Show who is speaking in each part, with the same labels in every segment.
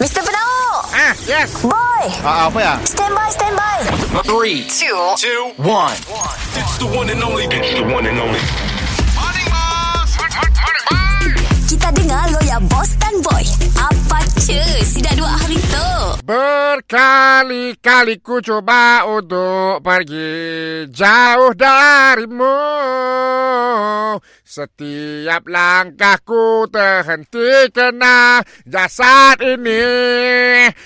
Speaker 1: Mr. Penau
Speaker 2: Ah, yes.
Speaker 1: Boy
Speaker 2: Ah, apa ya?
Speaker 1: Stand by, stand by
Speaker 3: Three, two, two, one. It's the one and only. It's the one and only.
Speaker 1: Kita dengar lo ya boss dan boy Apa cuy Sudah dua hari tu
Speaker 2: Berkali-kali ku coba untuk pergi jauh darimu Setiap langkahku terhenti kena jasad ini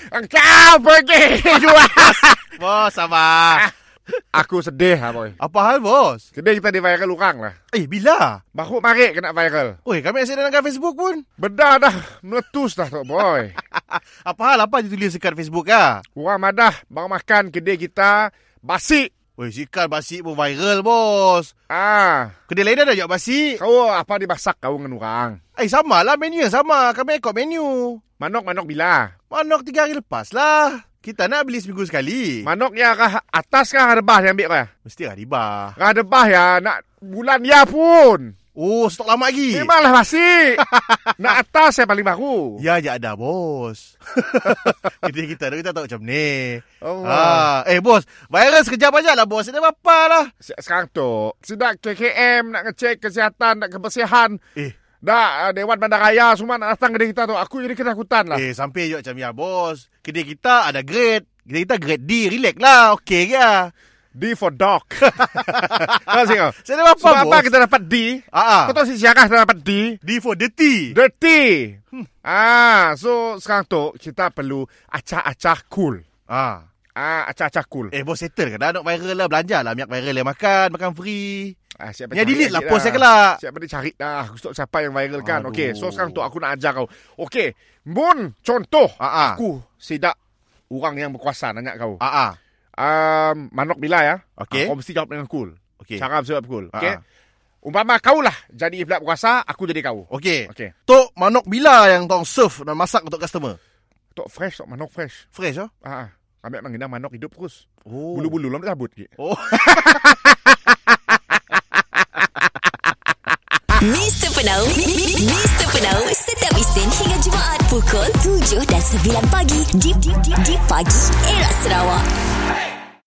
Speaker 2: Engkau pergi jua
Speaker 4: Bos, sabar.
Speaker 2: Aku sedih lah boy
Speaker 4: Apa hal, bos?
Speaker 2: Sedih kita di viral orang lah
Speaker 4: Eh, bila?
Speaker 2: Bakuk marik kena viral
Speaker 4: Oi, kami asyik dalam Facebook pun.
Speaker 2: Bedah dah meletus dah tu boy
Speaker 4: Apa hal apa dia tulis dekat Facebook ah?
Speaker 2: Orang madah baru makan kedai kita Basik
Speaker 4: Oi, sikat basi pun viral, bos.
Speaker 2: Ah,
Speaker 4: Kedai lain dah jual basi.
Speaker 2: Kau apa dimasak kau dengan orang?
Speaker 4: Eh, sama lah menu yang sama. Kami ikut menu.
Speaker 2: Manok-manok bila?
Speaker 4: Manok tiga hari lepas lah. Kita nak beli seminggu sekali.
Speaker 2: Manok ya kah atas kah rebah yang ambil kau ya?
Speaker 4: Mesti lah hari bah.
Speaker 2: Kah rebah ya nak bulan ya pun.
Speaker 4: Oh, stok lama lagi.
Speaker 2: Memanglah masih. nak atas saya paling baru.
Speaker 4: Ya, je ada, bos. Kedai kita, kita tahu macam ni.
Speaker 2: Oh. Allah.
Speaker 4: Ah, eh, bos. Viral sekejap aja lah, bos. Ini apa lah.
Speaker 2: Se- Sekarang tu, sidak KKM nak ngecek kesihatan, nak kebersihan.
Speaker 4: Eh,
Speaker 2: Dah, ah, Dewan Bandaraya semua nak datang kedai kita tu. Aku jadi ketakutan lah.
Speaker 4: Eh, sampai juga macam ya, bos. Kedai kita ada grade. Kedai kita grade D. Relax lah. Okey ke?
Speaker 2: D for dog. Tahu sih kau?
Speaker 4: Saya ada apa,
Speaker 2: Sebab
Speaker 4: bos?
Speaker 2: apa kita dapat D?
Speaker 4: Ah,
Speaker 2: Kau tahu si siakah kita dapat D?
Speaker 4: D for dirty.
Speaker 2: Dirty. Ah, so sekarang tu kita perlu acah-acah cool.
Speaker 4: ah.
Speaker 2: Ah, acah-acah cool.
Speaker 4: Eh, bos settle ke dah? Nak viral lah. Belanja lah. Minyak viral yang makan. Makan free.
Speaker 2: Ah, siapa
Speaker 4: Yang
Speaker 2: cari
Speaker 4: delete lah
Speaker 2: lagi
Speaker 4: post saya kelak.
Speaker 2: Siapa dia cari dah. Aku stop siapa yang viral kan.
Speaker 4: Aduh.
Speaker 2: Okey, so sekarang tu aku nak ajar kau. Okey, Mun, contoh.
Speaker 4: Ah, ah.
Speaker 2: Aku sidak orang yang berkuasa nanya kau.
Speaker 4: Ah, ah.
Speaker 2: Um, manok bila ya?
Speaker 4: Okey.
Speaker 2: Ah, Kau mesti jawab dengan cool.
Speaker 4: Okey.
Speaker 2: Cara mesti jawab cool.
Speaker 4: Ah,
Speaker 2: Okey.
Speaker 4: ah.
Speaker 2: Umpama kau lah jadi pihak berkuasa, aku jadi kau.
Speaker 4: Okey.
Speaker 2: Okey.
Speaker 4: Tok Manok Bila yang tong serve dan masak untuk customer.
Speaker 2: Tok fresh, tok manok fresh.
Speaker 4: Fresh oh.
Speaker 2: Ah, ah. Ambil mengenang manok hidup terus.
Speaker 4: Oh.
Speaker 2: Bulu-bulu lom dia cabut. Okey.
Speaker 4: Oh.
Speaker 1: Mr. Penau mi- mi- Mr. Penau Setiap Isnin hingga Jumaat Pukul 7 dan 9 pagi Di, di, di, di pagi Era Sarawak